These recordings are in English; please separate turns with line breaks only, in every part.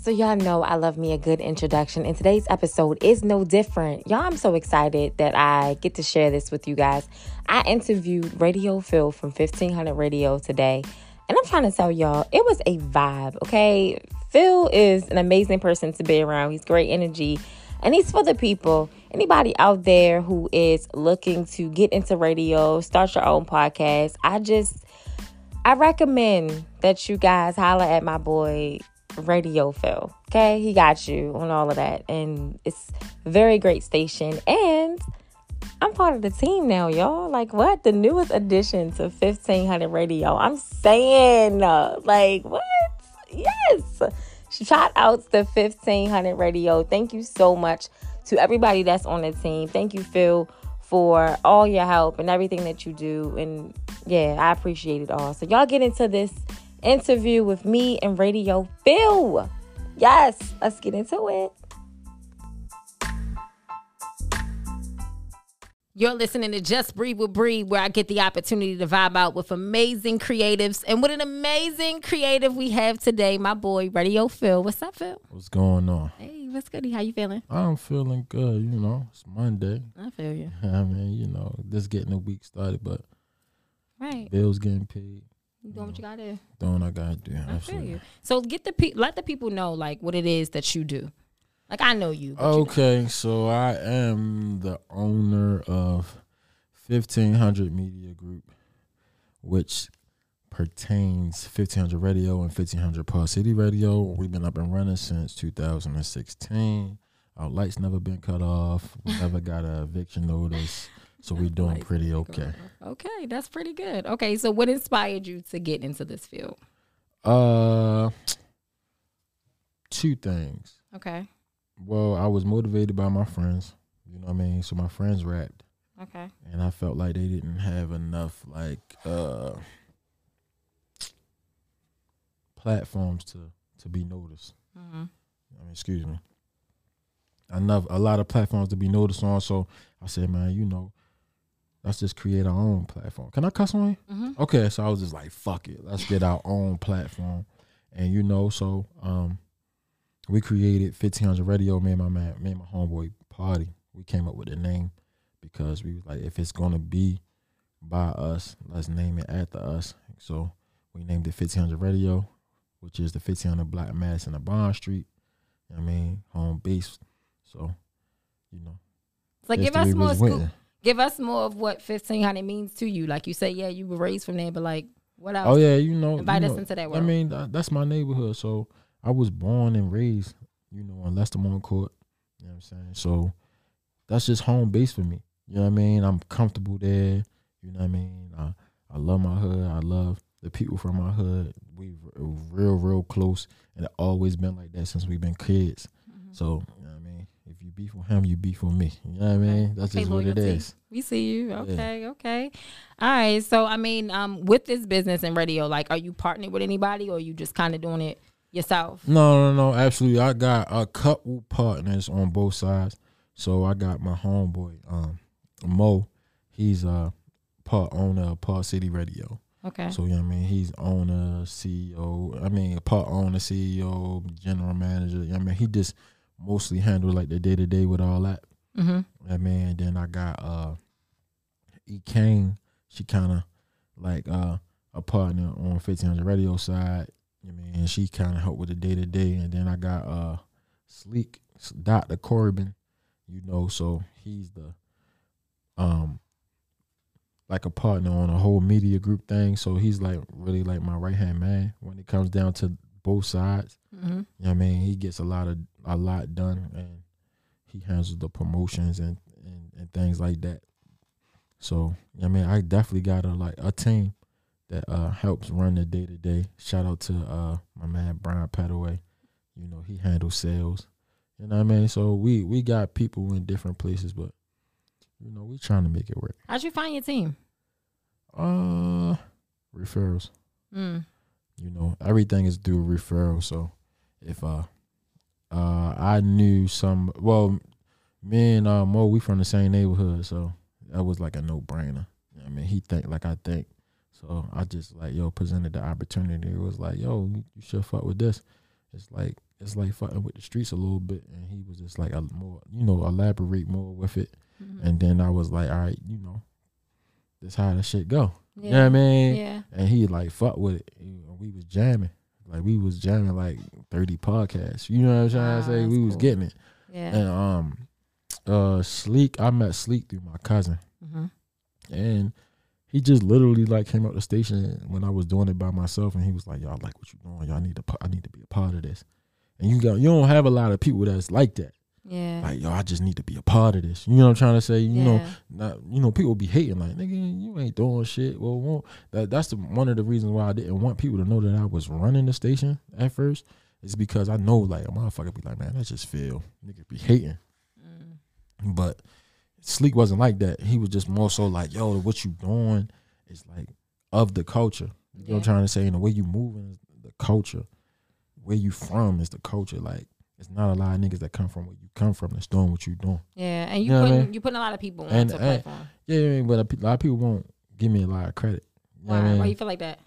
So, y'all know I love me a good introduction, and today's episode is no different. Y'all, I'm so excited that I get to share this with you guys. I interviewed Radio Phil from 1500 Radio today, and I'm trying to tell y'all, it was a vibe, okay? Phil is an amazing person to be around, he's great energy, and he's for the people. Anybody out there who is looking to get into radio, start your own podcast, I just I recommend that you guys holler at my boy Radio Phil. Okay, he got you on all of that, and it's a very great station. And I'm part of the team now, y'all. Like what? The newest addition to 1500 Radio. I'm saying, uh, like what? Yes. Shout outs to 1500 Radio. Thank you so much to everybody that's on the team. Thank you, Phil, for all your help and everything that you do. And yeah, I appreciate it all. So, y'all get into this interview with me and Radio Phil. Yes, let's get into it.
You're listening to Just Breathe with Breathe, where I get the opportunity to vibe out with amazing creatives. And what an amazing creative we have today, my boy Radio Phil. What's up, Phil?
What's going on?
Hey, what's goody? How you feeling?
I'm feeling good, you know. It's Monday.
I feel you.
I mean, you know, just getting the week started, but
Right.
bills getting paid.
You doing what you gotta do.
Doing what I gotta do.
I feel you. So get the pe- let the people know like what it is that you do. Like I know you. but you don't.
Okay, so I am the owner of 1500 Media Group, which pertains 1500 Radio and 1500 Paul City Radio. We've been up and running since 2016. Our lights never been cut off. We never got a eviction notice, so we're doing pretty okay.
Okay, that's pretty good. Okay, so what inspired you to get into this field?
Uh, two things.
Okay.
Well, I was motivated by my friends. You know what I mean? So my friends rapped,
Okay.
and I felt like they didn't have enough like uh platforms to to be noticed.
hmm
I mean, excuse me. Enough, a lot of platforms to be noticed on. So I said, man, you know, let's just create our own platform. Can I cuss on you?
hmm
Okay, so I was just like, fuck it, let's get our own platform. And you know, so um we created fifteen hundred radio, me and my man, me and my homeboy party. We came up with the name because we was like, if it's gonna be by us, let's name it after us. So we named it fifteen hundred radio, which is the fifteen hundred block mass in the Bond Street. You know what I mean, home base. So, you know.
So give
history
us more
was
scoop.
written.
Give us more of what fifteen hundred means to you. Like you say, yeah, you were raised from there, but like what else?
Oh yeah, you know.
Invite
you
us
know,
into that
I
world.
mean, tha- that's my neighborhood. So I was born and raised, you know, on Lestamon Court. You know what I'm saying? So that's just home base for me. You know what I mean? I'm comfortable there. You know what I mean? I, I love my hood. I love the people from my hood. We r- real, real close. And it always been like that since we've been kids.
Mm-hmm.
So, you know what I mean? If you beef with him, you beef with me. You know what I mean? That's
Okay,
just what it
loyalty.
is.
We see you. Okay, okay. All right. So I mean, um, with this business and radio, like, are you partnered with anybody, or you just kind of doing it yourself?
No, no, no. Absolutely, I got a couple partners on both sides. So I got my homeboy, um, Mo. He's a part owner of Part City Radio.
Okay.
So you know what I mean. He's owner, CEO. I mean, part owner, CEO, general manager. You know what I mean, he just mostly handled like the day to day with all that.
hmm
I mean, then I got uh E Kane. She kind of like uh a partner on fifteen hundred radio side. I mean, she kind of helped with the day to day. And then I got uh Sleek Doctor Corbin. You know, so he's the um like a partner on a whole media group thing. So he's like really like my right hand man when it comes down to both sides.
hmm
You know what I mean, he gets a lot of a lot done, and he handles the promotions and and, and things like that. So you know what I mean, I definitely got a like a team that uh helps run the day to day. Shout out to uh my man Brian Padaway. You know he handles sales. You know what I mean. So we we got people in different places, but you know we trying to make it work.
How'd you find your team?
Uh, referrals
Mm.
you know everything is through referral so if uh uh i knew some well me and uh mo we from the same neighborhood so that was like a no-brainer You know what i mean he think like i think so i just like yo presented the opportunity it was like yo you should fuck with this it's like it's like fucking with the streets a little bit, and he was just like a more, you know, elaborate more with it.
Mm-hmm.
And then I was like, all right, you know, this how that shit go. You know what I mean?
Yeah.
And he like fuck with it. And we was jamming, like we was jamming like thirty podcasts. You know what I'm trying
Wow,
to say?
that's
We was
cool.
getting it.
Yeah.
And um, uh, Sleek, I met Sleek through my cousin,
Mm-hmm.
and he just literally like came up the station when I was doing it by myself, and he was like, "Y'all like what you doing? Y'all need to, pa- I need to be a part of this." And you got, you don't have a lot of people that's like that.
Yeah.
Like, yo, I just need to be a part of this. You know what I'm trying to say? You
yeah.
know, not, you know, people be hating like, nigga, you ain't doing shit. Well, won't- that that's the, one of the reasons why I didn't want people to know that I was running the station at first. Is because I know like a motherfucker be like, man, that's just feel nigga be hating.
Mm.
But Sleek wasn't like that. He was just more so like, yo, what you doing is like of the culture. You know what
Yeah.
I'm trying to say? And the way you moving is the culture. Where you from is the culture. Like, it's not a lot of niggas that come from where you come from that's doing what you doing.
Yeah. And you
You know what I
putting
mean?
you putting a lot of people on
And-
to a
and-
platform.
Yeah, yeah, yeah, but a pe- lot of people won't give me a lot of credit. You know
Why?
what I mean?
Why you feel like that?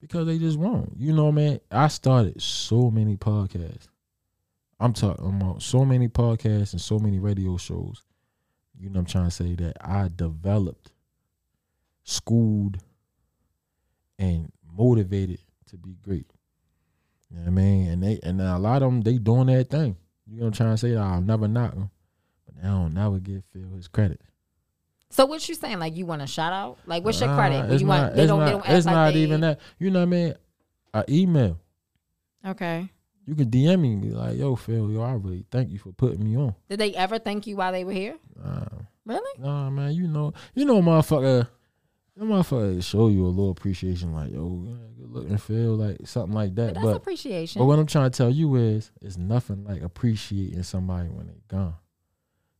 because they just won't. You know, man, I started so many podcasts. I'm talking about so many podcasts and so many radio shows. You know, what I'm trying to say that I developed, schooled, and motivated to be great. You know what I mean? And they and a lot of them they doing that thing. You know, what I'm trying to say I'll never knock them, but they don't never give Phil his credit.
So what you saying? Like you want a shout out? Like what's your
Nah,
credit?
it's
you
not- it's
they
not-
don't act
It's
like
not
they-
even that. You know what I mean? A email.
Okay.
you can DM me and be like, yo, Phil, yo, I really thank you for putting me on.
Did they ever thank you while they were here?
Nah,
Really?
nah, man, you know, you know, motherfucker, that motherfucker show you a little appreciation, like, yo, man, good looking, Phil, like something like
But
that.
that's
But,
appreciation.
but what I'm trying to tell you is, it's nothing like appreciating somebody when they gone.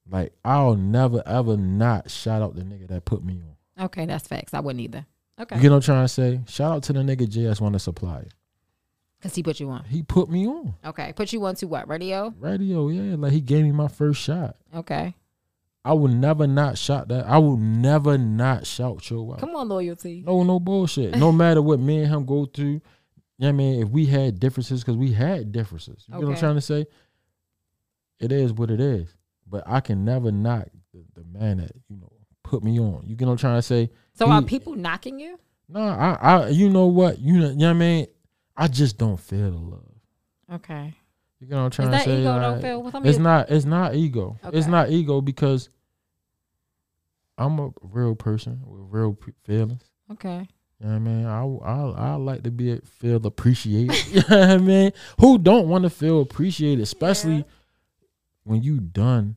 Like, I'll never ever not shout out the nigga that put me on.
okay, that's facts. I wouldn't either.
You
Okay.
get what I'm trying to say? Shout out to the nigga JS One the Supplier.
Because he put you on.
He put me on
Okay. Put you on to what? Radio?
radio, yeah. Like, he gave me my first shot.
Okay.
I will never not shout that. I will never not shout your out.
Come on, loyalty.
Oh. No, no bullshit. No matter what me and him go through, you know what I mean, if we had differences, because we had differences. You know what I'm
Okay.
trying to say? It is what it is. But I can never knock the, the man that, you know, put me on. You get what I'm trying to say?
So are
He-
people knocking you?
No, I, I you know what? You know, you know what I mean? I just don't feel the love.
Okay.
You get what I'm
Is
trying
that
to say?
ego don't
Like,
feel with
it's not it's not ego it's
Okay.
not ego because i'm a real person with real p- feelings
Okay.
you know what i mean i i, I like to be feel appreciated you know what i mean who don't want to feel appreciated especially
Yeah.
when you done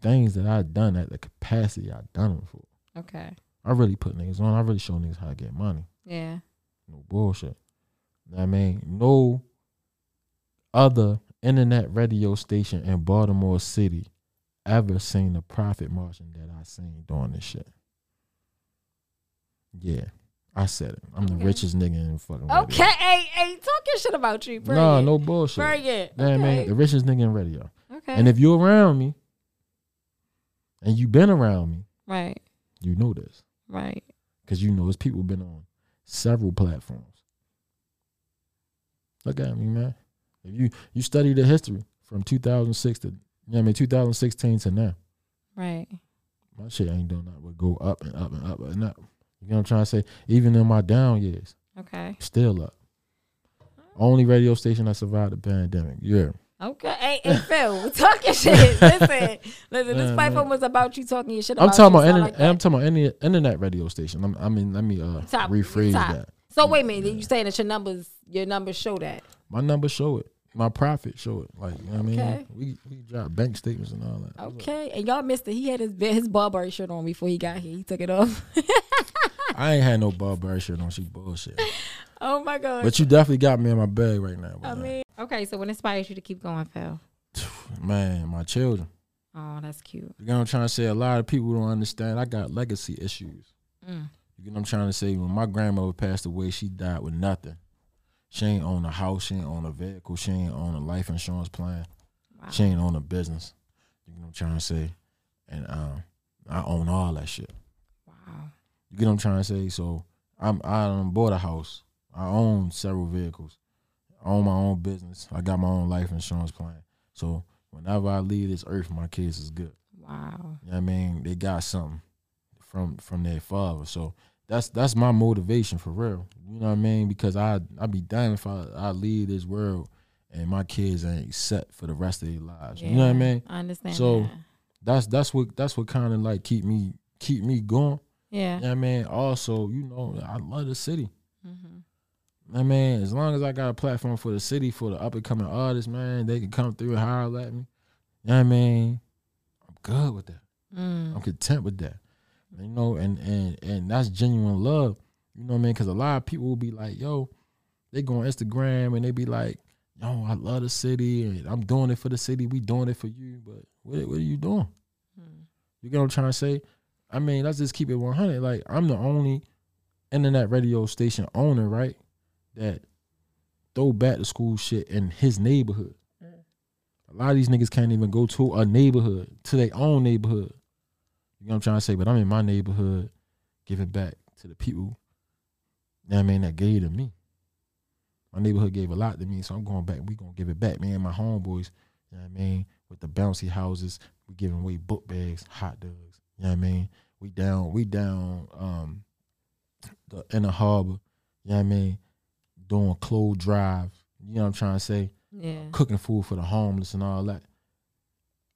things that i done at the capacity i done them for
Okay.
i really put niggas on i really show niggas how to get money
Yeah.
no bullshit. Know what I mean, no other internet radio station in Baltimore City ever seen the profit margin that I seen doing this shit. Yeah, I said it. I'm the
Okay.
richest nigga in fucking radio.
Okay. Hey, hey, talking shit about you. Bring
No,
it.
no bullshit.
Bring it.
Know what I mean,
Okay.
the richest nigga in radio.
okay.
And if you're around me, and you've been around me,
right.
you know this.
Right.
Because you know, it's people been on several platforms. Look at me, man. If you you study the history from 2006 to, you know what I mean, 2016 to now,
Right.
my shit ain't done that but go up and up and up and up. You know what I'm trying to say? Even in my down years,
Okay.
still up. Only radio station that survived the pandemic. Yeah.
Okay. Hey, hey Phil, we're talking shit. Listen, listen. This
Yeah,
platform was about you talking your shit.
I'm
About
talking
you,
about
so I
internet,
like that.
I'm talking about any internet radio station. I'm, I mean, let me uh,
Top-
rephrase
top.
that.
So wait a minute. You saying that your numbers, your numbers show that?
My numbers show it. My profit show it. Like, you know what I mean?
Okay.
We we drop bank statements and all that.
Okay. And y'all missed it. He had his his Burberry shirt on before he got here. He took it off.
I ain't had no Burberry shirt on. She bullshit.
oh my god.
but you definitely got me in my bag right now.
I
man.
mean, okay. So what inspires you to keep going, Phil?
man, my children.
Oh, that's cute.
You know what I'm trying to say? A lot of people don't understand. I got legacy issues.
Mm.
You know what I'm trying to say? When my grandmother passed away, she died with nothing. She ain't own a house. She ain't own a vehicle. She ain't own a life insurance plan.
Wow.
She ain't own a business. You know what I'm trying to say? And um, I own all that shit.
Wow.
You get what I'm trying to say? So I'm I done bought a house. I own several vehicles. I own my own business. I got my own life insurance plan. So whenever I leave this earth, my kids is good.
Wow.
You know what I mean, they got something from from their father. So that's that's my motivation for real. You know what I mean? Because I I be damned if I, I leave this world and my kids ain't set for the rest of their lives. You know what I
Yeah,
mean?
I understand.
So-
that.
That's that's what that's what kind of like keep me keep me going.
yeah.
You know what I mean? Also, you know, I love the city.
Mhm.
I mean, as long as I got a platform for the city, for the up and coming artists, man, they can come through and holler at me. You know what I mean? I'm good with that.
Mm.
I'm content with that. You know, and and and that's genuine love. You know what I mean? Cause a lot of people will be like, yo, they go on Instagram and they be like, yo, I love the city and I'm doing it for the city. We doing it for you. But what, what are you doing?
Mm.
You get what I'm trying to say? I mean, let's just keep it 100. Like, I'm the only internet radio station owner, right? That throw back to school shit in his neighborhood. A lot of these niggas can't even go to a neighborhood, to their own neighborhood. You know what I'm trying to say? But I'm in my neighborhood giving back to the people, you know what I mean, that gave to me. My neighborhood gave a lot to me, so I'm going back. we going to give it back. Me and my homeboys, you know what I mean, with the bouncy houses, we giving away book bags, hot dogs. You know what I mean? We down, we down um the inner harbor, you know what I mean, doing clothes drive, you know what I'm trying to say?
Yeah.
Cooking food for the homeless and all that.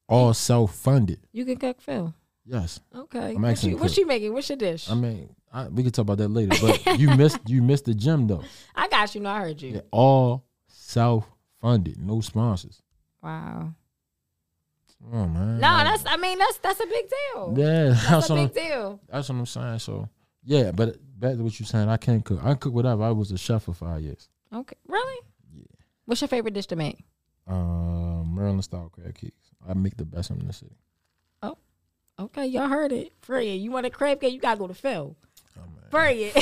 All self funded.
You can cook Phil.
Yes.
Okay.
I'm
What
actually
you,
a
what
cook.
you making? What's your dish?
I mean, I, we can talk about that later. But you missed you missed the gym though.
I got you. No, I heard you.
They're all self funded, no sponsors.
Wow.
Oh man.
No, that's. I mean, that's that's a big deal.
yeah.
That's a
what I'm-
big deal.
That's what I'm saying. So yeah, but back to what you're saying, I can't cook. I can cook whatever. I was a chef for five years.
Okay. Really?
Yeah.
What's your favorite dish to make?
Uh, Maryland style crab cakes. I make the best in the city.
Okay, y'all heard it. Freya, you want a crab cake? You gotta go to Phil.
Oh, man.
Freya.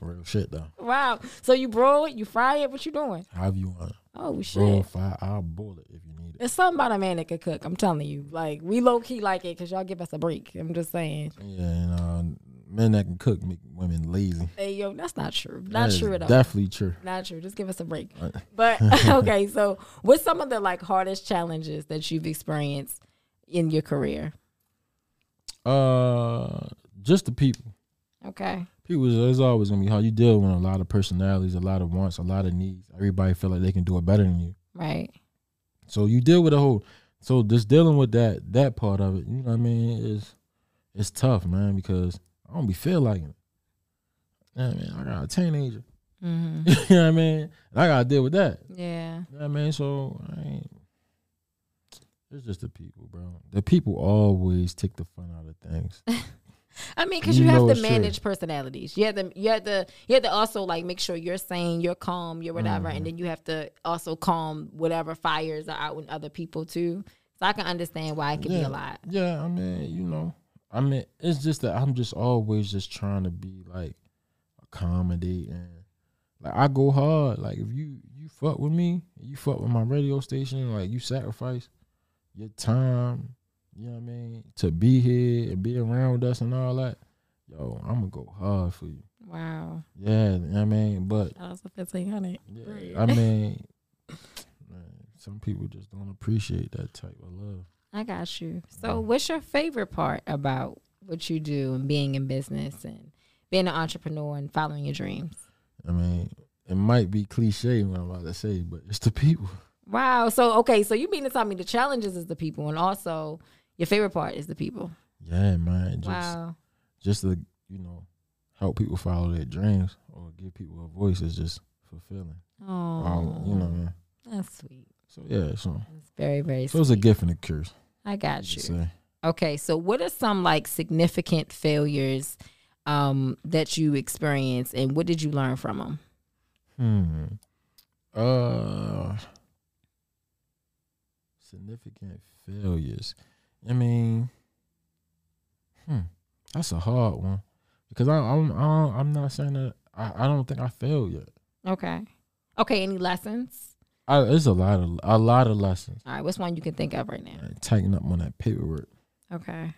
Real shit though.
wow. So you broil it, you fry it. What you doing?
However you want.
Oh
it.
shit.
Bro, fire. I'll boil it if you need it.
It's something about a man that could cook. I'm telling you. Like we low key like it because y'all give us a break. I'm just saying.
Yeah, and uh, men that can cook make women lazy.
Hey yo, that's not true.
That
Not
is
true at all.
Definitely true.
not true. Just give us a break.
Uh.
But okay, so what's some of the like hardest challenges that you've experienced in your career?
Uh, just the people.
Okay.
People is it's always gonna be hard. You deal with a lot of personalities, a lot of wants, a lot of needs. Everybody feel like they can do it better than you.
Right.
So you deal with a whole. So just dealing with that that part of it, you know what I mean? It's it's tough, man, because I don't be feel like it. You know what I mean? I got a teenager.
Mm-hmm.
you know what I mean? And I gotta deal with that.
Yeah.
You know what I mean? So I ain't. It's just the people, bro. The people always take the fun out of things.
I mean, because
You
you,
know
have to
it's true.
manage personalities. You have to, you have to, you have to also like make sure you're sane, you're calm, you're whatever,
Mm-hmm.
and then you have to also calm whatever fires are out in other people too. So I can understand why it can be a
Yeah.
lot.
Yeah, I mean, you know, I mean, it's just that I'm just always just trying to be like accommodating. Like I go hard. Like if you you fuck with me, you fuck with my radio station. Like you sacrifice your time. You know what I mean? To be here and be around with us and all that. Yo, I'm gonna go hard for you.
Wow,
Yeah, you know what I mean, but
that was a fifteen hundred. Right.
yeah, I mean, man, some people just don't appreciate that type of love.
I got you. So, what's your favorite part about what you do and being in business and being an entrepreneur and following your dreams?
I mean, it might be cliche what I'm about to say, but it's the people.
Wow. So, okay, so you mean to tell me the challenges is the people, and also your favorite part is the people.
Yeah, man. Just,
wow.
just to you know, help people follow their dreams or give people a voice is just fulfilling.
Oh,
Um, you know, man.
that's sweet.
So yeah, so
It's very, very
so
sweet.
it's a gift and a curse.
I
you
got
could
you.
say.
Okay, so what are some like significant failures um, that you experienced, and what did you learn from them?
Hmm. Uh. Significant failures. I mean, hmm, that's a hard one because I, I'm I, I'm not saying that I, I don't think I failed yet.
Okay. Okay, any lessons?
I, it's a lot of a lot of lessons.
All right, what's one you can think of right now?
Like, tighten up on that paperwork.
Okay.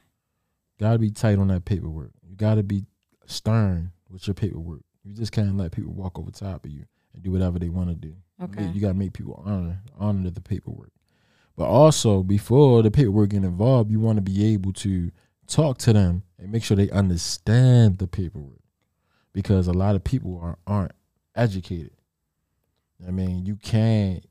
Gotta be tight on that paperwork. You gotta be stern with your paperwork. You just can't let people walk over top of you. and do whatever they want to do.
Okay.
You gotta make people honor honor the paperwork. But also before the paperwork get involved, you want to be able to talk to them and make sure they understand the paperwork. Because a lot of people are aren't educated. I mean, you can't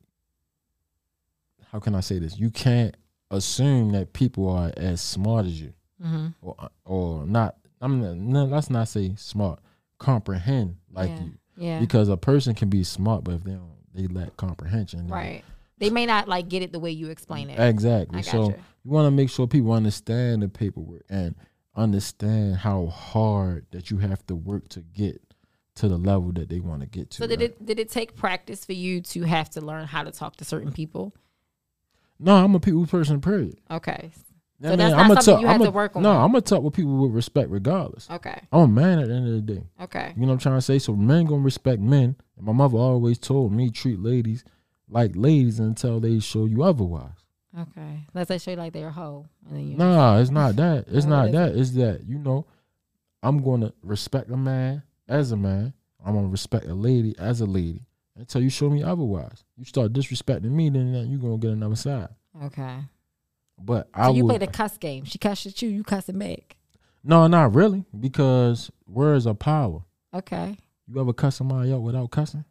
how can I say this? You can't assume that people are as smart as you
Mm-hmm.
or or not I'm not- no, let's not say smart, comprehend like
Yeah.
you
Yeah.
because a person can be smart, but if they don't, they lack comprehension. then-
right. They may not like get it the way you explain it.
Exactly.
I
so
gotcha.
you want to make sure people understand the paperwork and understand how hard that you have to work to get to the level that they want to get to.
So did
right?
it did it take practice for you to have to learn how to talk to certain people?
no, I'm a people person. Period.
Okay.
I
So that's not
I'ma
something
talk-
you had
I'ma-
to work on.
No, I'm gonna talk with people with respect, regardless.
Okay.
I'm a man at the end of the day.
Okay.
You know what I'm trying to say? So men gonna respect men. And my mother always told me treat ladies like ladies until they show you otherwise.
Okay. Let's say show you like they're a hoe. And then you
Nah, it's not that. It's
Oh, what
not
is
that. It's that you know, I'm gonna respect a man as a man. I'm gonna respect a lady as a lady until you show me otherwise. You start disrespecting me, then you're gonna get another side.
Okay.
But
So
I
you
would
play the cuss game. She cussed at you, you cussing back.
no, not really, because words are power.
Okay.
You ever cuss somebody out without cussing?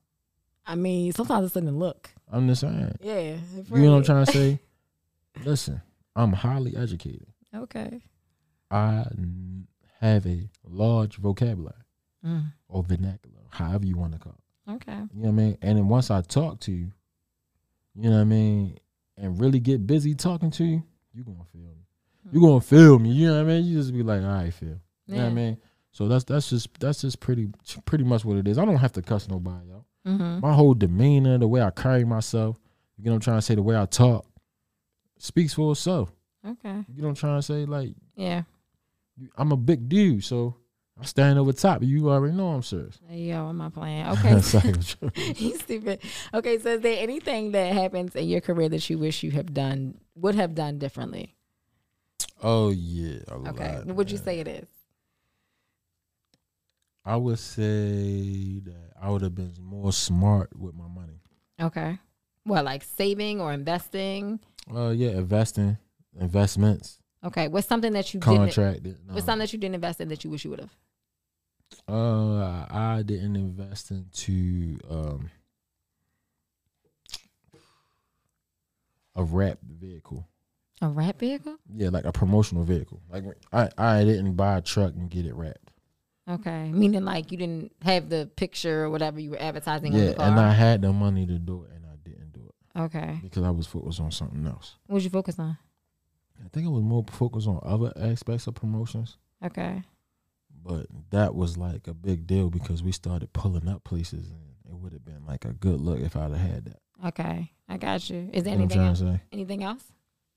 I mean, sometimes it's in the look.
I'm just saying.
Yeah.
You know what I'm trying to say? Listen, I'm highly educated.
Okay.
I n- have a large vocabulary
Mm.
or vernacular, however you want to call. it.
Okay.
You know what I mean? And then once I talk to you, you know what I mean, and really get busy talking to you, you gonna feel me. You gonna feel me. You know what I mean? You just be like, all right, feel. You know what I mean? So that's that's just that's just pretty pretty much what it is. I don't have to cuss nobody out.
Mm-hmm.
My whole demeanor, the way I carry myself, you know what I'm trying to say, the way I talk, speaks for itself.
Okay.
You know what I'm trying to say? Like
Yeah.
you- I'm a big dude, so I stand over top. You already know I'm serious.
Yo, am I playing? Okay.
Sorry, I'm joking.
He's stupid. Okay, so is there anything that happens in your career that you wish you have done would have done differently?
oh yeah. A
Okay.
lot,
what would you
man.
say it is?
I would say that I would have been more smart with my money.
Okay. Well, like saving or investing.
Uh, yeah, investing, investments,
Okay. What's something that you didn't
contracted. No.
what's something that you didn't invest in that you wish you would have?
Uh, I didn't invest into um a rap vehicle.
A rat vehicle?
Yeah, like a promotional vehicle. Like I, I didn't buy a truck and get it wrapped.
Okay. Meaning like you didn't have the picture or whatever you were advertising on
Yeah,
the car.
and I had the money to do it, and I didn't do it
okay.
because I was focused on something else.
What would you focus on?
I think I was more focused on other aspects of promotions,
Okay.
but that was like a big deal because we started pulling up places, and it would have been like a good look if I'd have had that.
Okay. I got you. Is there
You know what
anything
I'm
else?
trying to say?
Anything else?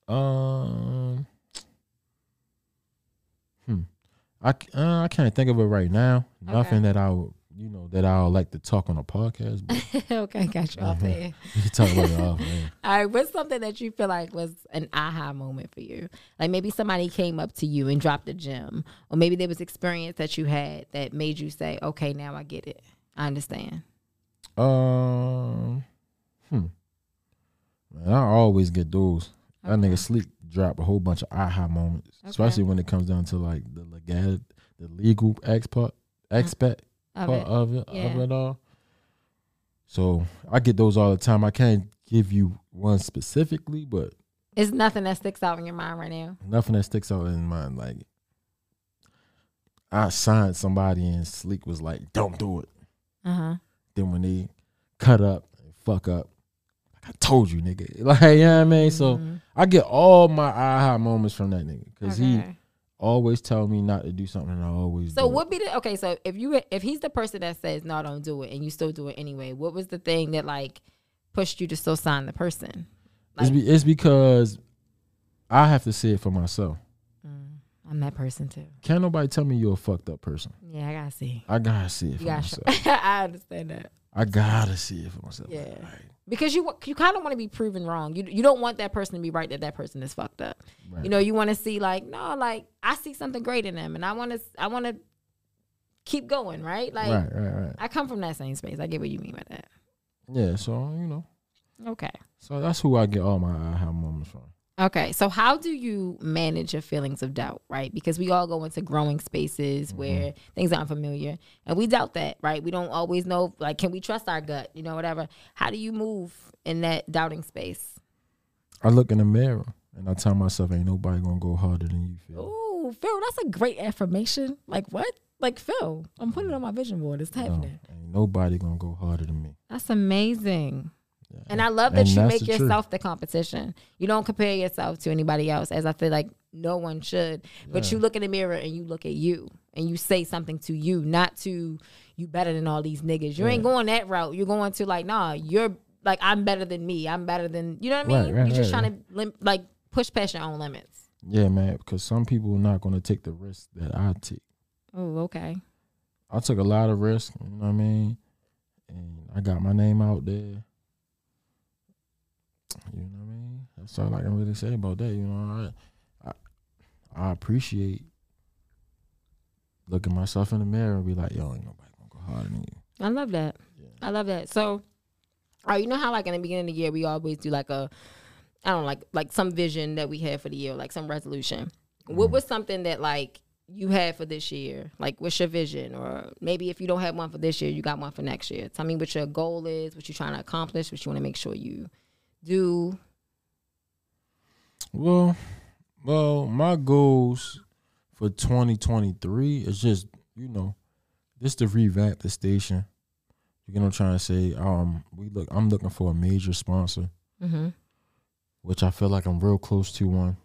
Um, hmm, I c- uh, I can't think of it right now. Nothing that I would- you know that I would like to talk on a podcast, but
okay, got you off
Mhm.
there.
we can talk about it off. Man.
All right, what's something that you feel like was an aha moment for you? Like maybe somebody came up to you and dropped a gem, or maybe there was experience that you had that made you say, "Okay, now I get it. I understand."
Um, hmm. Man, I always get those. That
Okay.
nigga sleep drop a whole bunch of aha moments,
Okay.
especially when it comes down to like the legal, the legal expert, expert
Uh, Of
part
it.
of it, of
Yeah.
it all. So I get those all the time. I can't give you one specifically, but
It's nothing that sticks out in your mind right now.
nothing that sticks out in mind. Like I signed somebody and Sleek was like, "Don't do it."
Uh huh.
Then when they cut up and fuck up, like I told you, nigga. Like, you know what I mean? So
Mm. Mm-hmm.
I get all my aha moments from that nigga. Cause he always tell me not to do something and I always
So
do it.
what be the okay? So if you if he's the person that says no, don't do it, and you still do it anyway, what was the thing that like pushed you to still sign the person?
it's, be, it's because I have to see it for myself.
Mm, I'm that person too.
Can't nobody tell me you're a fucked up person.
Yeah, I gotta see.
I gotta see it for
You gotta show.
myself.
I understand that.
I gotta see it for myself.
Yeah.
Like, alright,
because you wa- you kind of want to be proven wrong. You you don't want that person to be right that that person is fucked up.
right.
You know, you want to see like no, like I see something great in them, and I want to I want to keep going, right? Like
right, right, right.
I come from that same space. I get what you mean by that.
Yeah, so you know,
Okay.
so that's who I get all my aha moments from.
Okay. So how do you manage your feelings of doubt, right? Because we all go into growing spaces where things are unfamiliar and we doubt that, right? We don't always know like can we trust our gut, you know, whatever. How do you move in that doubting space?
I look in the mirror and I tell myself, "Ain't nobody gonna go harder than you." Feel.
Ooh, Phil, that's a great affirmation. Like what? Like Phil, I'm putting it on my vision board. It's
No,
happening.
ain't nobody gonna go harder than me.
That's amazing.
Yeah.
And I love that
And
you
that's
make
the truth.
yourself the competition. You don't compare yourself to anybody else, as I feel like no one should. But you look in the mirror and you look at you and you say something to you, not to you better than all these niggas. You ain't going that route. You're going to like, nah, you're like, I'm better than me. I'm better than, you know what I
Right,
mean?
right,
you're just
right,
trying to lim- like push past your own limits.
Yeah, man, because some people not gonna take the risk that I take.
Oh, okay.
I took a lot of risk, you know what I mean? And I got my name out there. You know what I mean? That's all I can really say about that. You know, I I, I appreciate looking myself in the mirror and be like, yo, ain't nobody gonna go harder than you.
I love that.
Yeah.
I love that. So, oh, you know how like in the beginning of the year we always do like a, I don't know, like like some vision that we had for the year, like some resolution. What was something that like you had for this year? Like, what's your vision? Or maybe if you don't have one for this year, you got one for next year. Tell me what your goal is, what you're trying to accomplish, what you want to make sure you do.
Well, well, my goals for 2023 is just, you know, just to revamp the station. You know what I'm trying to say? Um, we look I'm looking for a major sponsor.
Mm-hmm.
which I feel like I'm real close to one.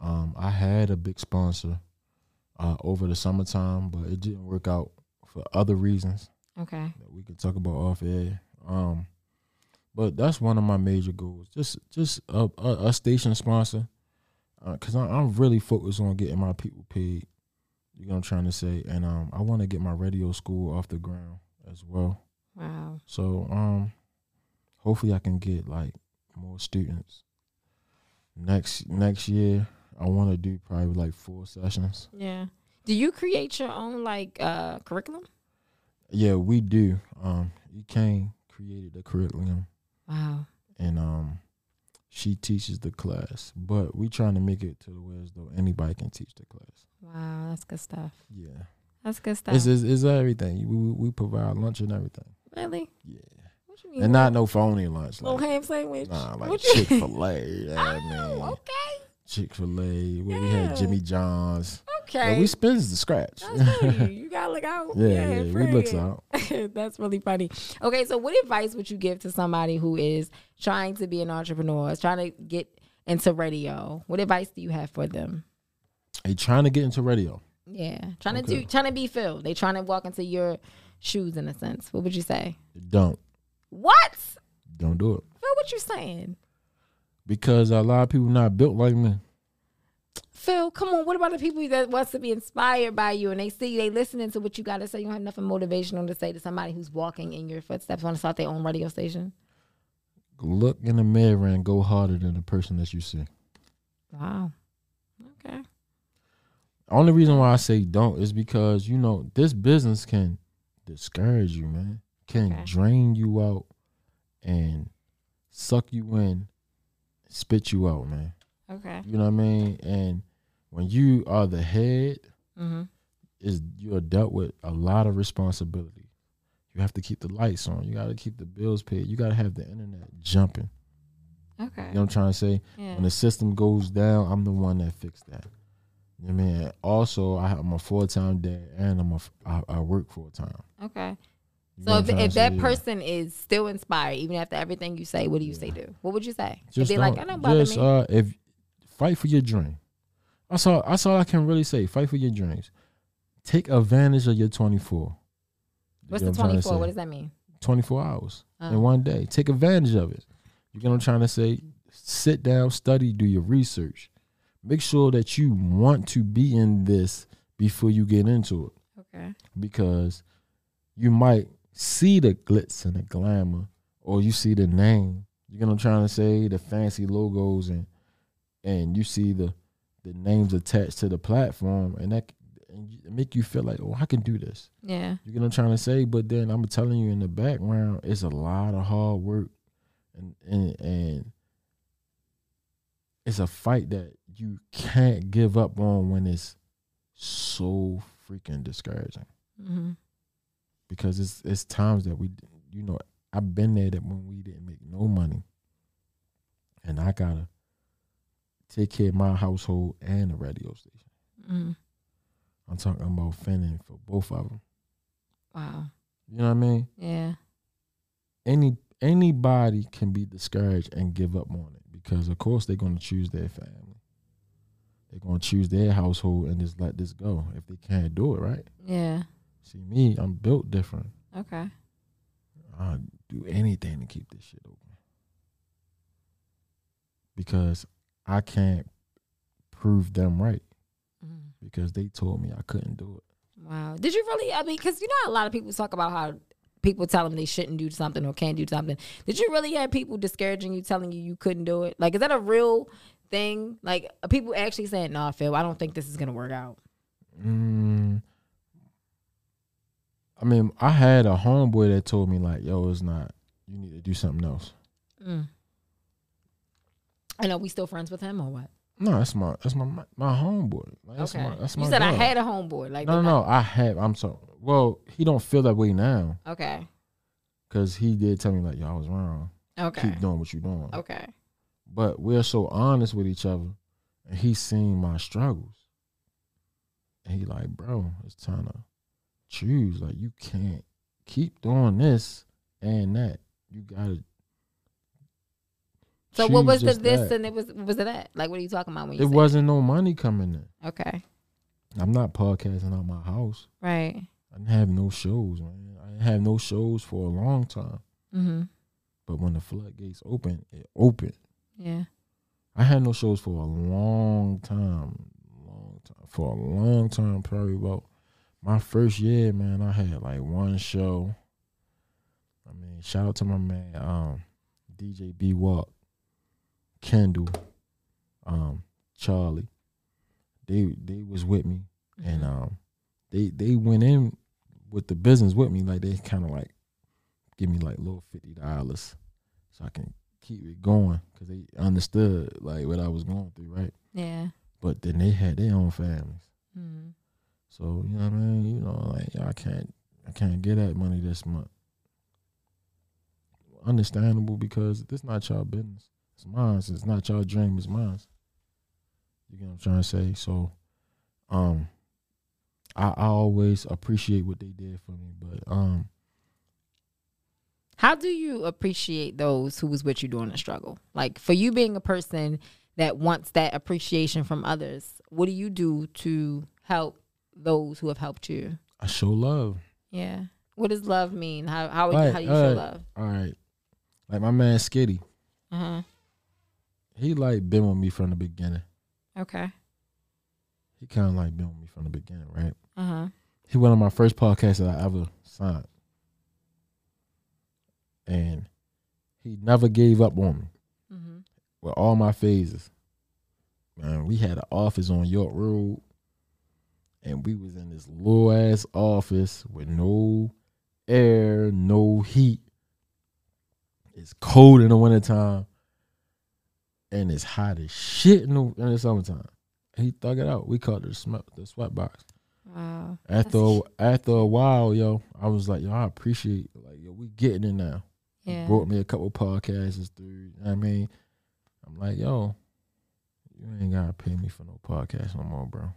Um, I had a big sponsor uh, over the summertime, but it didn't work out for other reasons
Okay.
that we could talk about off air. Um, but that's one of my major goals. Just just a, a, a station sponsor, because I, I'm really focused on getting my people paid. You know what I'm trying to say, and um, I want to get my radio school off the ground as well.
Wow.
So um, hopefully I can get like more students next next year. I want to do probably like four sessions.
Yeah. Do you create your own like uh curriculum?
Yeah, we do. Um, E. Kane created the curriculum,
Wow.
and um, she teaches the class. But we trying to make it to the where as though anybody can teach the class.
Wow. That's good stuff.
Yeah,
That's good stuff.
it's, it's, it's everything. We we- we provide lunch and everything.
really?
Yeah,
What you mean?
and not no phony lunch.
little
Like,
ham sandwich.
nah, like
What you-
Chick Fil A.
Oh, okay.
Chick Fil A, where we had
Yeah.
Jimmy John's.
Okay.
Yeah, we spins the scratch.
That's funny. You gotta look out.
yeah, yeah, we looks
friend.
out.
That's really funny. Okay, so what advice would you give to somebody who is trying to be an entrepreneur, is trying to get into radio? What advice do you have for them?
Hey, trying to get into radio.
Yeah, trying to
Okay.
do, trying to be Phil. They trying to walk into your shoes in a sense. What would you say?
Don't,
What Phil?
don't do it
What you saying?
because a lot of people not built like me.
Phil, come on. What about the people that wants to be inspired by you and they see they listening to what you got to say? You don't have nothing motivational to say to somebody who's walking in your footsteps. Want to start their own radio station?
Look in the mirror and go harder than the person that you see.
Wow. Okay.
Only reason why I say don't is because you know this business can discourage you, man. Can
Okay.
drain you out and suck you in, spit you out, man.
Okay.
You know what I mean? And when you are the head
Mm-hmm.
is you're dealt with a lot of responsibility. You have to keep the lights on. You got to keep the bills paid. You got to have the internet jumping.
Okay.
You know what I'm trying to say? When the system goes down, I'm the one that fixed that. You know what I mean? Also, I, I'm a full time dad and I'm a f- I, I work full time.
Okay.
You
So
know what
if,
I'm trying
if
to
that
say? Yeah.
person is still inspired, even after everything you say, what do you say do? What would you say?
just
if they like,
don't-
I don't bother
just,
me.
Uh, if fight for your dream, that's all. That's all I can really say. Fight for your dreams. Take advantage of your 24.
What's
You know
the
what I'm trying to
24?
say?
What does that mean?
24 hours
Oh.
in one day. Take advantage of it. You get what I'm trying to say? Sit down, study, do your research. Make sure that you want to be in this before you get into it
Okay.
because you might see the glitz and the glamour or you see the name. You get what I'm trying to say? The fancy logos and and you see the the names attached to the platform and that and you- it make you feel like, oh, I can do this.
Yeah.
You get what I'm trying to say? But then I'm telling you in the background, it's a lot of hard work and and and it's a fight that you can't give up on when it's so freaking discouraging.
Mm-hmm.
Because it's it's times that we you know, I've been there that when we didn't make no money and I gotta take care of my household and the radio station.
Mm-hmm.
I'm talking about fending for both of them.
Wow.
You know what I mean?
Yeah.
any anybody can be discouraged and give up on it because of course they're going to choose their family they're going to choose their household and just let this go if they can't do it right
Yeah.
see me i'm built different
Okay.
i'll do anything to keep this shit open because i can't prove them right
Mhm.
because they told me i couldn't do it
Wow. Did you really? I mean, because you know, how a lot of people talk about how people tell them they shouldn't do something or can't do something. Did you really have people discouraging you, telling you you couldn't do it? Like, is that a real thing? Like, are people actually saying, "No, nah, Phil, I don't think this is gonna work out."
Mm, I mean, I had a homeboy that told me like, "Yo, it's not. You need to do something else."
Mm. And are we still friends with him or what?
No, that's my that's my my, my homeboy. Like, that's my that's my.
you said I
dog.
had a homeboy. Like,
No,
they're
no, no, I have. I'm sorry. Well, he don't feel that way now
not- Okay.
because he did tell me like, "Yo, I was wrong.
Okay. Oh.
Keep doing what you're doing."
Okay.
But we're so honest with each other, and he's seen my struggles, and he like, "Bro, it's time to choose. Like, you can't keep doing this and that. You gotta."
So what was
choose
the
just
this
that."
and it was was it that? Like, what are you talking about when you?
It
said-
wasn't no money coming in.
Okay.
I'm not podcasting out my house.
Right.
I didn't have no shows, man. I didn't have no shows for a long time.
Mm-hmm.
But when the floodgates opened, it opened.
Yeah.
I had no shows for a long time, long time, for a long time. Probably about my first year, man. I had like one show. I mean, shout out to my man, um, DJ B Walk, Kendall, um, Charlie. They they was with me, and um, they they went in with the business with me. Like they kind of like give me like little fifty dollars so I can keep it going because they understood like what I was going through, right?
Yeah.
But then they had their own families,
Mm.
so you know what I mean. You know, like "Yo, I can't, I can't get that money this month. Understandable because this not y'all business. It's mine. It's not y'all dream. It's mine. You get what I'm trying to say? So, um, I, I always appreciate what they did for me, but um,
How do you appreciate those who was with you during the struggle? Like for you being a person that wants that appreciation from others, what do you do to help those who have helped you?
I show love.
Yeah. What does love mean? How how,
Right,
how do you
uh,
show love?
All right, like my man Skitty.
Uh huh.
he like been with me from the beginning.
Okay.
He kind of like been with me from the beginning, right?
Uh huh.
He one of my first podcasts that I ever signed, and he never gave up on me
Mm-hmm.
with all my phases. Man, we had an office on York Road, and we was in this low ass office with no air, no heat. It's cold in the wintertime, and it's hot as shit in the, in the summertime. He thug it out. We called it the, sm- the sweat box.
Wow.
After a, after a while, yo, I was like, yo, I appreciate like yo, we getting it now. He
Yeah.
brought me a couple podcasts through. you know what I mean, I'm like, yo, you ain't gotta pay me for no podcast no more, bro.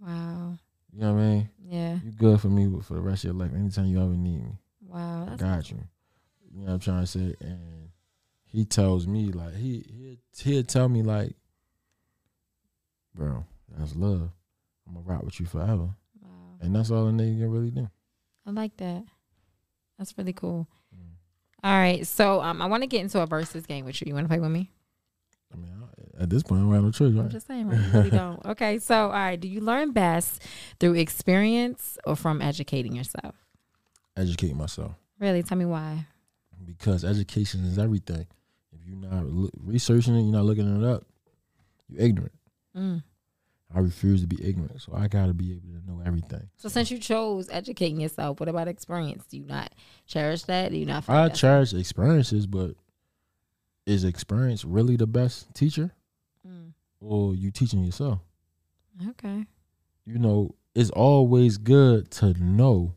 Wow.
You know what I mean?
Yeah.
You good for me for the rest of your life. Anytime you ever need me,
Wow.
I
That's
got you. You know what I'm trying to say? And he tells me like he he'll, he'll tell me like, bro, that's love. I'm gonna rock with you forever,
wow.
and that's all a nigga can really do.
I like that. That's really cool. All right. So um I want to get into a versus game with you. You want to play with me?
I mean, I, at this point, I don't have no choice,
I'm
right?
just saying, like, you really don't. Okay, so all right, do you learn best through experience or from educating yourself?
Educate myself.
Really, tell me why.
because education is everything. If you're not lo- researching it, you're not looking it up, you're ignorant.
Mm.
I refuse to be ignorant, so I gotta be able to know everything.
So since you chose educating yourself, what about experience? Do you not cherish that? Do you not? feel
I
that's-
cherish experiences, but is experience really the best teacher,
Mm,
or you teaching yourself?
okay.
You know, it's always good to know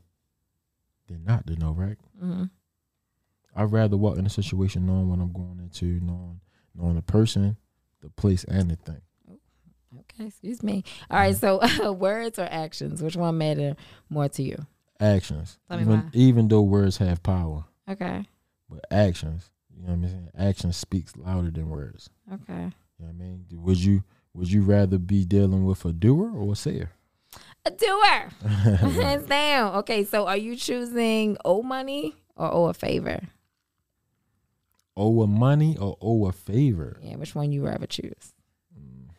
than not to know, right?
hmm
I'd rather walk in a situation knowing what I'm going into, knowing knowing the person, the place, and the thing.
Okay. Excuse me. All right. So words or actions, which one matter more to you?
Actions.
Tell me
even,
why.
even though words have power,
Okay.
but actions, you know what I'm saying? Action speaks louder than words.
Okay.
You know what I mean? Would you would you rather be dealing with a doer or a sayer?
A doer.
Right.
Hands down. Okay. So are you choosing owe money or owe a favor?
owe a money or owe a favor?
Yeah. Which one you rather choose?
Mm.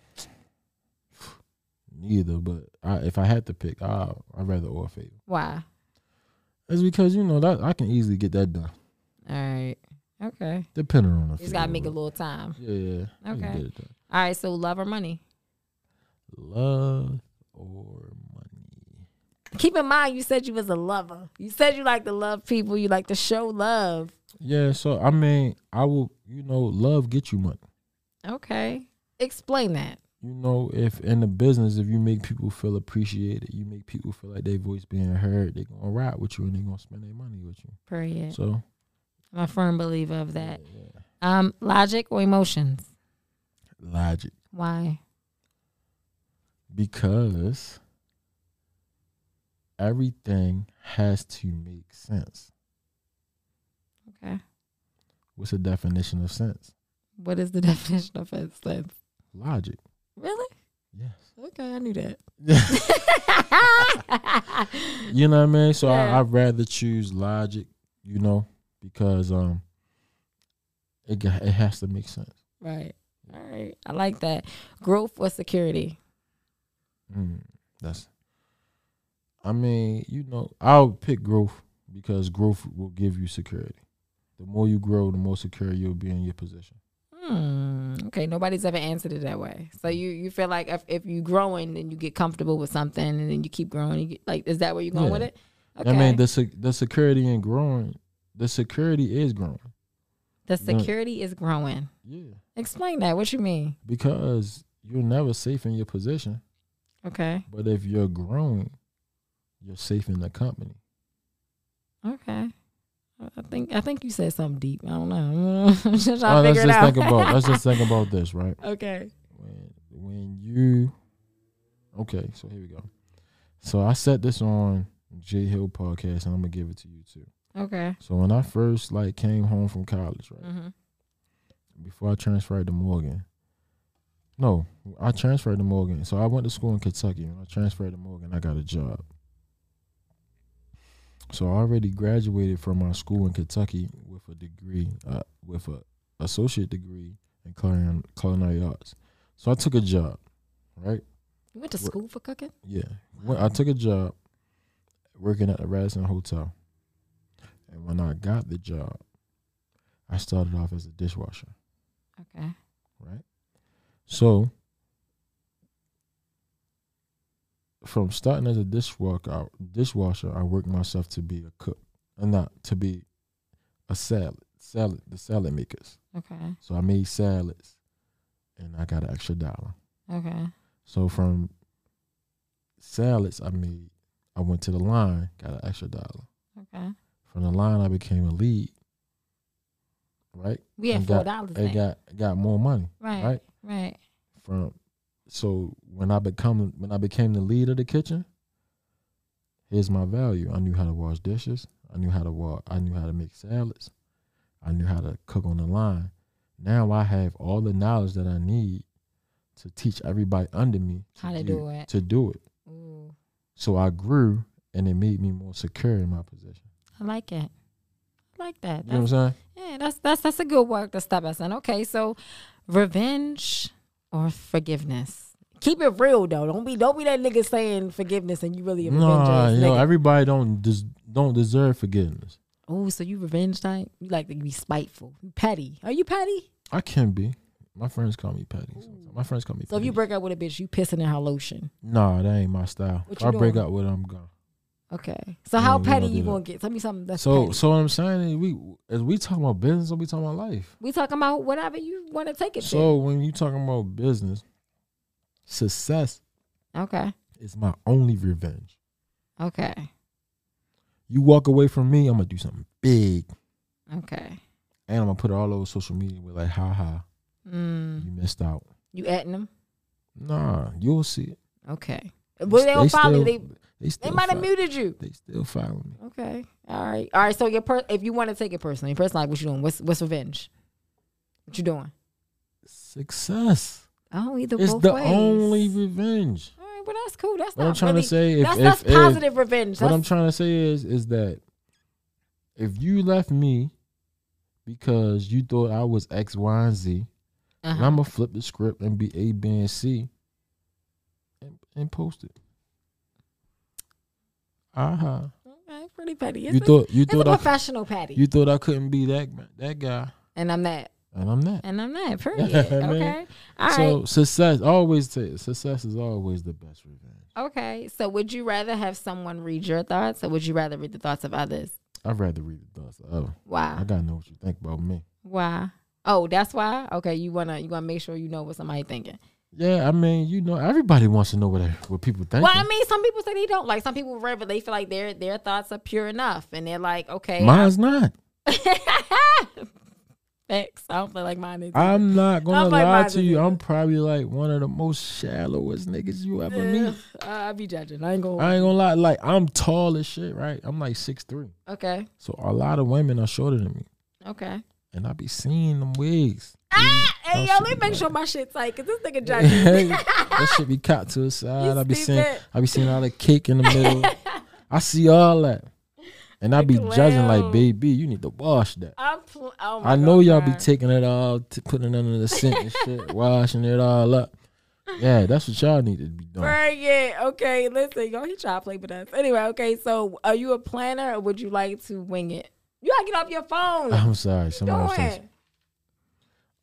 Neither, but I, if I had to pick, I I'd rather owe a favor.
Why?
It's because you know that I can easily get that done,
All right. Okay.
depending on the.
You just gotta make a
favor.
little time.
Yeah. I can
Okay.
get it done.
All right. So love or money?
Love or money?
Keep in mind, you said you was a lover. You said you like to love people. You like to show love.
Yeah. So I mean, I will. You know, love get you money.
Okay. Explain that.
You know, if in the business, if you make people feel appreciated, you make people feel like their voice being heard, they gonna ride with you and they gonna spend their money with you.
Period.
So
I'm a firm believer of that.
yeah, yeah.
Um, logic or emotions?
logic
Why?
because everything has to make sense.
Okay.
What's the definition of sense?
What is the definition of sense?
Logic.
Really?
Yes.
Okay, I knew that.
You know what I mean? So
Yeah.
I, I'd rather choose logic, you know, because um, it ga- it has to make sense.
right. All right. I like that. Growth or security?
Mm, that's. I mean, you know, I'll pick growth because growth will give you security. The more you grow, the more secure you'll be in your position.
Hmm. Okay. Nobody's ever answered it that way. So you you feel like if if you growing, then you get comfortable with something, and then you keep growing. You get, like, is that where you're going
Yeah.
with it? Okay.
I mean, the sec- the security in growing, the security is growing.
the
no.
security is growing.
Yeah,
Explain that. What you mean?
because you're never safe in your position,
Okay.
but if you're growing, you're safe in the company.
Okay. I- I think I think you said something deep. I don't know. I'm just trying
Oh,
to
let's
figure
just
it out.
think about let's just think about this, right?
okay.
When when you okay, so here we go. So I said this on J Hill podcast, and I'm gonna give it to you too.
Okay.
So when I first like came home from college, right
hmm
before I transferred to Morgan, no, I transferred to Morgan. So I went to school in Kentucky. When I transferred to Morgan, I got a job. So I already graduated from my school in Kentucky with a degree, uh, with a associate degree in culinary, culinary arts. So I took a job, right?
You went to
Wha-
school for cooking?
Yeah. When I took a job working at the Radisson Hotel. And when I got the job, I started off as a dishwasher,
Okay.
right? So from starting as a dishwasher, I, dishwasher, I worked myself to be a cook, and not to be a salad, salad, the salad makers.
Okay.
So I made salads, and I got an extra dollar.
Okay.
So from salads I made, I went to the line, got an extra dollar.
Okay.
From the line, I became a lead. Right,
We had
And
four
got-
dollars.
it got got more money.
Right. Right.
right. From so when I become when I became the lead of the kitchen, here's my value. I knew how to wash dishes. I knew how to wa- I knew how to make salads. I knew how to cook on the line. Now I have all the knowledge that I need to teach everybody under me to
How to do it.
to do it.
Ooh,
So I grew and it made me more secure in my position.
I like it. I like that.
You know
That's,
what I'm saying?
yeah, that's that's that's a good work to stop us in. Okay, so revenge or forgiveness. Keep it real though. Don't be don't be that nigga saying forgiveness and you really a
Nah,
revenge
yo,
ass nigga.
everybody don't des- don't deserve forgiveness.
Oh, so you revenge type? You like to be spiteful, petty. Are you petty?
I can be. My friends call me petty. Sometimes. My friends call me.
So if
petty.
you break up with a bitch, you pissing in her lotion.
nah, that ain't my style.
What
If
you
I break
doing?
up with them, I'm gone.
Okay. So how
we
petty
don't do
you
that.
gonna get? Tell me something that's
so,
petty.
so what I'm saying is, we as we talking about business, or we talking about life.
we talking about whatever you want to take it
So when you talking about business, success
to. Okay.
is my only revenge.
Okay.
You walk away from me, I'm gonna do something big,
Okay.
and I'm gonna put it all over social media with like, "Ha ha,
Mm.
you missed out."
You atting them?
Nah, you'll see it.
Okay. Well, they don't follow you.
still,
They
they
they
still
might have
fol-
muted Oh. you.
They still follow me.
Okay. All right. All right. So your per- if you want to take it personally, personally, like what you doing? What's what's revenge? What you doing?
Success.
Oh, either
It's
both
the
ways.
only revenge.
All right. Well, that's cool. That's
What
not
I'm trying
really,
to say, if,
that's
if,
that's
if-
positive revenge.
what
That's,
I'm trying to say is, is that if you left me because you thought I was X, Y, and Z, and
uh-huh.
I'm gonna flip the script and be A, B, and C, and, and post it. Uh huh.
Okay, pretty petty. It's
You
a-
thought you
it's a
thought I cou-
professional patty.
you thought I couldn't be that ma- that guy,
and I'm that.
and I'm not.
And I'm that. Period.
Man.
okay. All right.
so success I always say success is always the best revenge.
okay. So would you rather have someone read your thoughts or would you rather read the thoughts of others?
I'd rather read the thoughts. Oh, I
Why?
gotta know what you think about me.
Why? Oh, that's why? Okay, you wanna you wanna make sure you know what somebody thinking.
Yeah, I mean, you know, everybody wants to know what what people think.
Well, I mean, some people say they don't like. Some people read, but they feel like their their thoughts are pure enough, and they're like, okay,
Mine's not.
thanks. I don't feel like mine is.
I'm not gonna
like
lie
mine's
to you.
either.
I'm probably like one of the most shallowest niggas you ever meet.
Ugh, I be judging. I ain't gonna.
I ain't gonna lie, like I'm tall as shit, right? I'm like six three.
okay,
So a lot of women are shorter than me.
okay.
And I be seeing them wigs.
Ah, hey yo,
That shit
let me
be
make
like-
sure my shit's tight, cause this nigga judging.
that shit be cocked to the side. I be seeing
stupid.
I be seeing all the cake in the middle. I see all that. And I be judging
Wow.
like, baby, you need to wash that.
I'm pl- oh my
I know
God,
y'all be
bruh.
taking it all, t- putting it under the sink and shit, washing it all up. Yeah, that's what y'all need to be doing.
Right, yeah. Okay, listen, y'all, he try to play with us. Anyway, okay, so are you a planner or would you like to wing it? You gotta get off your phone.
I'm sorry, somebody else. says-
doing?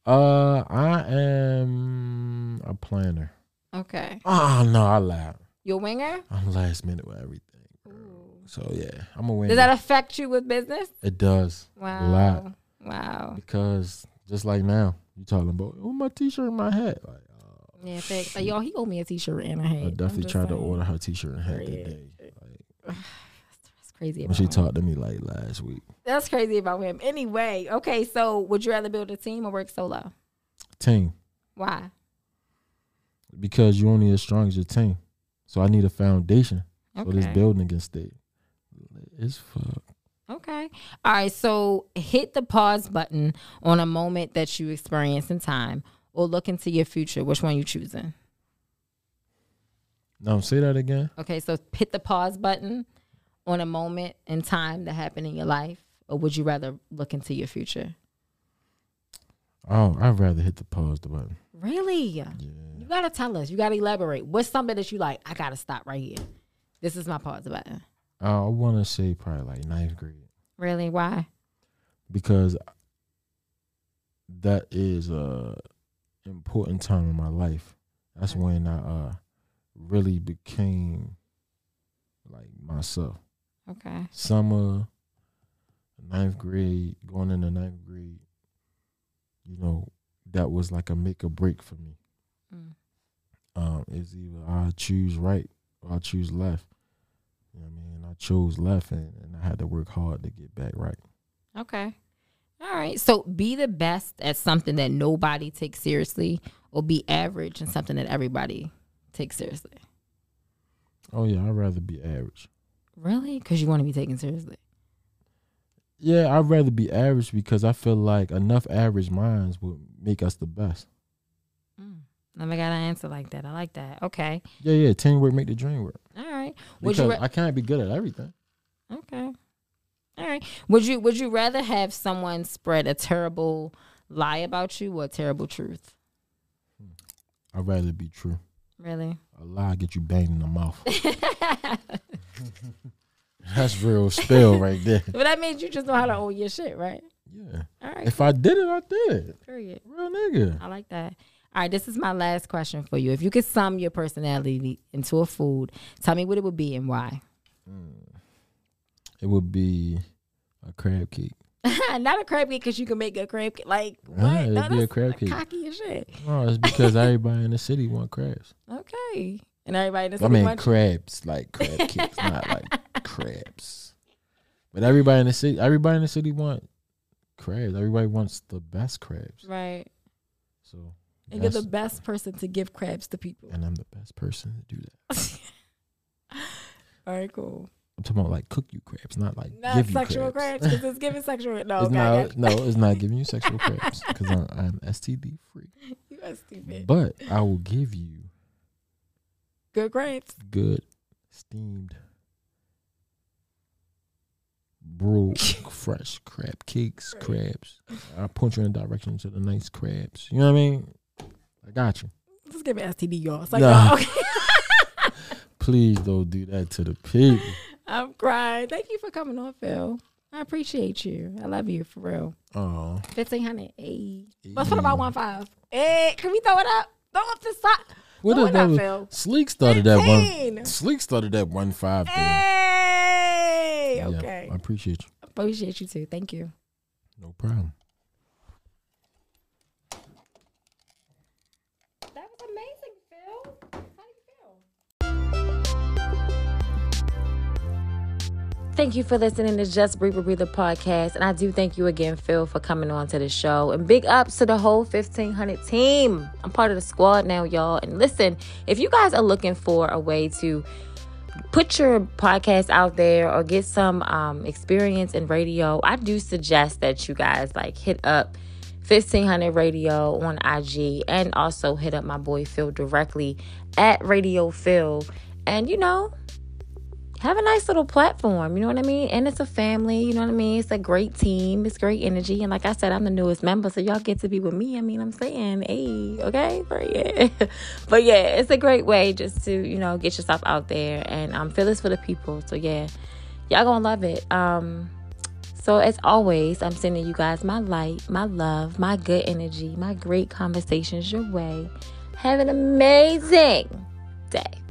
Uh, I am a planner.
Okay.
Oh no, I lied.
You a winger?
I'm last minute with everything. bro. So yeah, I'm a winner.
Does that affect you with business?
it does
Wow.
a lot
Wow.
because just like now, you talking about oh my t-shirt, and my hat. Like, oh,
Yeah, thanks. Like, y'all, he owe me a t shirt and a hat.
I definitely tried to order her t-shirt and hat
Yeah.
today. Like,
That's crazy
when
about
she
him.
talked to me like last week,
That's crazy about him. Anyway, okay, so would you rather build a team or work solo?
team.
Why?
because you're only as strong as your team. So I need a foundation so this building can stay. It's fuck.
Okay. All right. So hit the pause button on a moment that you experience in time or look into your future. Which one you choosing?
No, say that again.
Okay. So hit the pause button on a moment in time that happened in your life. Or would you rather look into your future?
Oh, I'd rather hit the pause the button.
Really?
Yeah.
You got to tell us. You got to elaborate. What's something that you like? I got to stop right here. This is my pause button.
Uh, I want to say probably like ninth grade
Really? Why?
because that is a important time in my life. That's when I uh, really became like myself.
Okay.
summer, ninth grade, going into ninth grade, you know, that was like a make or break for me.
Mm.
Um, it's either I choose right or I choose left. You know what I mean? I chose left and, and I had to work hard to get back right.
Okay. All right. So be the best at something that nobody takes seriously, or be average in something that everybody takes seriously.
Oh yeah, I'd rather be average.
Really? Because you want to be taken seriously.
Yeah, I'd rather be average because I feel like enough average minds would make us the best.
Mm. Never got an answer like that. I like that. Okay.
Yeah, yeah, teamwork make the dream work.
All right. Would
Because
you?
I can't be good at everything.
ra- okay. All right. Would you? Would you rather have someone spread a terrible lie about you or a terrible truth?
I'd rather be true.
Really?
A lie get you banged in the mouth. That's real spill right there.
But that means you just know how to own your shit, right?
Yeah.
All right.
If I did it, I did it.
Period.
Real nigga.
I like that. All right, this is my last question for you. If you could sum your personality into a food, tell me what it would be and why.
Mm. It would be a crab cake.
Not a crab cake because you can make a crab cake. Like what?
Nah, it'd
no,
be a
that's
crab cake.
cocky as shit.
No, it's because everybody in the city want crabs.
Okay, and everybody that's
I mean crabs, like crab cakes, not like crabs. But everybody in the city, everybody in the city want crabs. Everybody wants the best crabs.
right.
So
And you're
that's-
the best person to give crabs to people.
and I'm the best person to do that.
All right, cool.
I'm talking about like cook you crabs, not like
Not
give you
sexual crabs because it's giving sexual. No,
it's
okay, I
not,
got
no, it's not giving you sexual crabs because I'm, I'm STD free.
you are stupid.
But I will give you
Good crabs.
good steamed broiled fresh crab cakes,
Right.
crabs. I'll point you in the direction to the nice crabs. You know what I mean? I got you.
Let's give it STD, y'all. It's like,
Nah.
oh, okay.
Please don't do that to the people.
I'm crying. Thank you for coming on, Phil. I appreciate you. I love you for real.
Oh,
Fifteen hundred. Hey, let's put about one five. Hey, can we throw it up? Throw up the sock.
What
Throw
did
it
that
up,
was-
Phil.
Sleek started that one.
Fifteen.
Sleek started that one five thing.
Hey.
Yeah,
Okay.
I appreciate you.
Appreciate you too. Thank you.
No problem.
That was amazing, Phil. How do you feel?
Thank you for listening to Just Breathe Breathe the podcast. And I do thank you again, Phil, for coming on to the show. And big ups to the whole 1500 team. I'm part of the squad now, y'all. And listen, if you guys are looking for a way to put your podcast out there or get some um, experience in radio, I do suggest that you guys like hit up 1500 Radio on IG and also hit up my boy Phil directly at Radio Phil. And you know, have a nice little platform, you know what I mean? And it's a family, you know what I mean? It's a great team, it's great energy. And like I said, I'm the newest member, so y'all get to be with me. I mean, I'm saying, hey, okay, but yeah. but yeah, it's a great way just to, you know, get yourself out there and um feel this for the people. So yeah, y'all gonna love it. Um so as always, I'm sending you guys my light, my love, my good energy, my great conversations your way. Have an amazing day.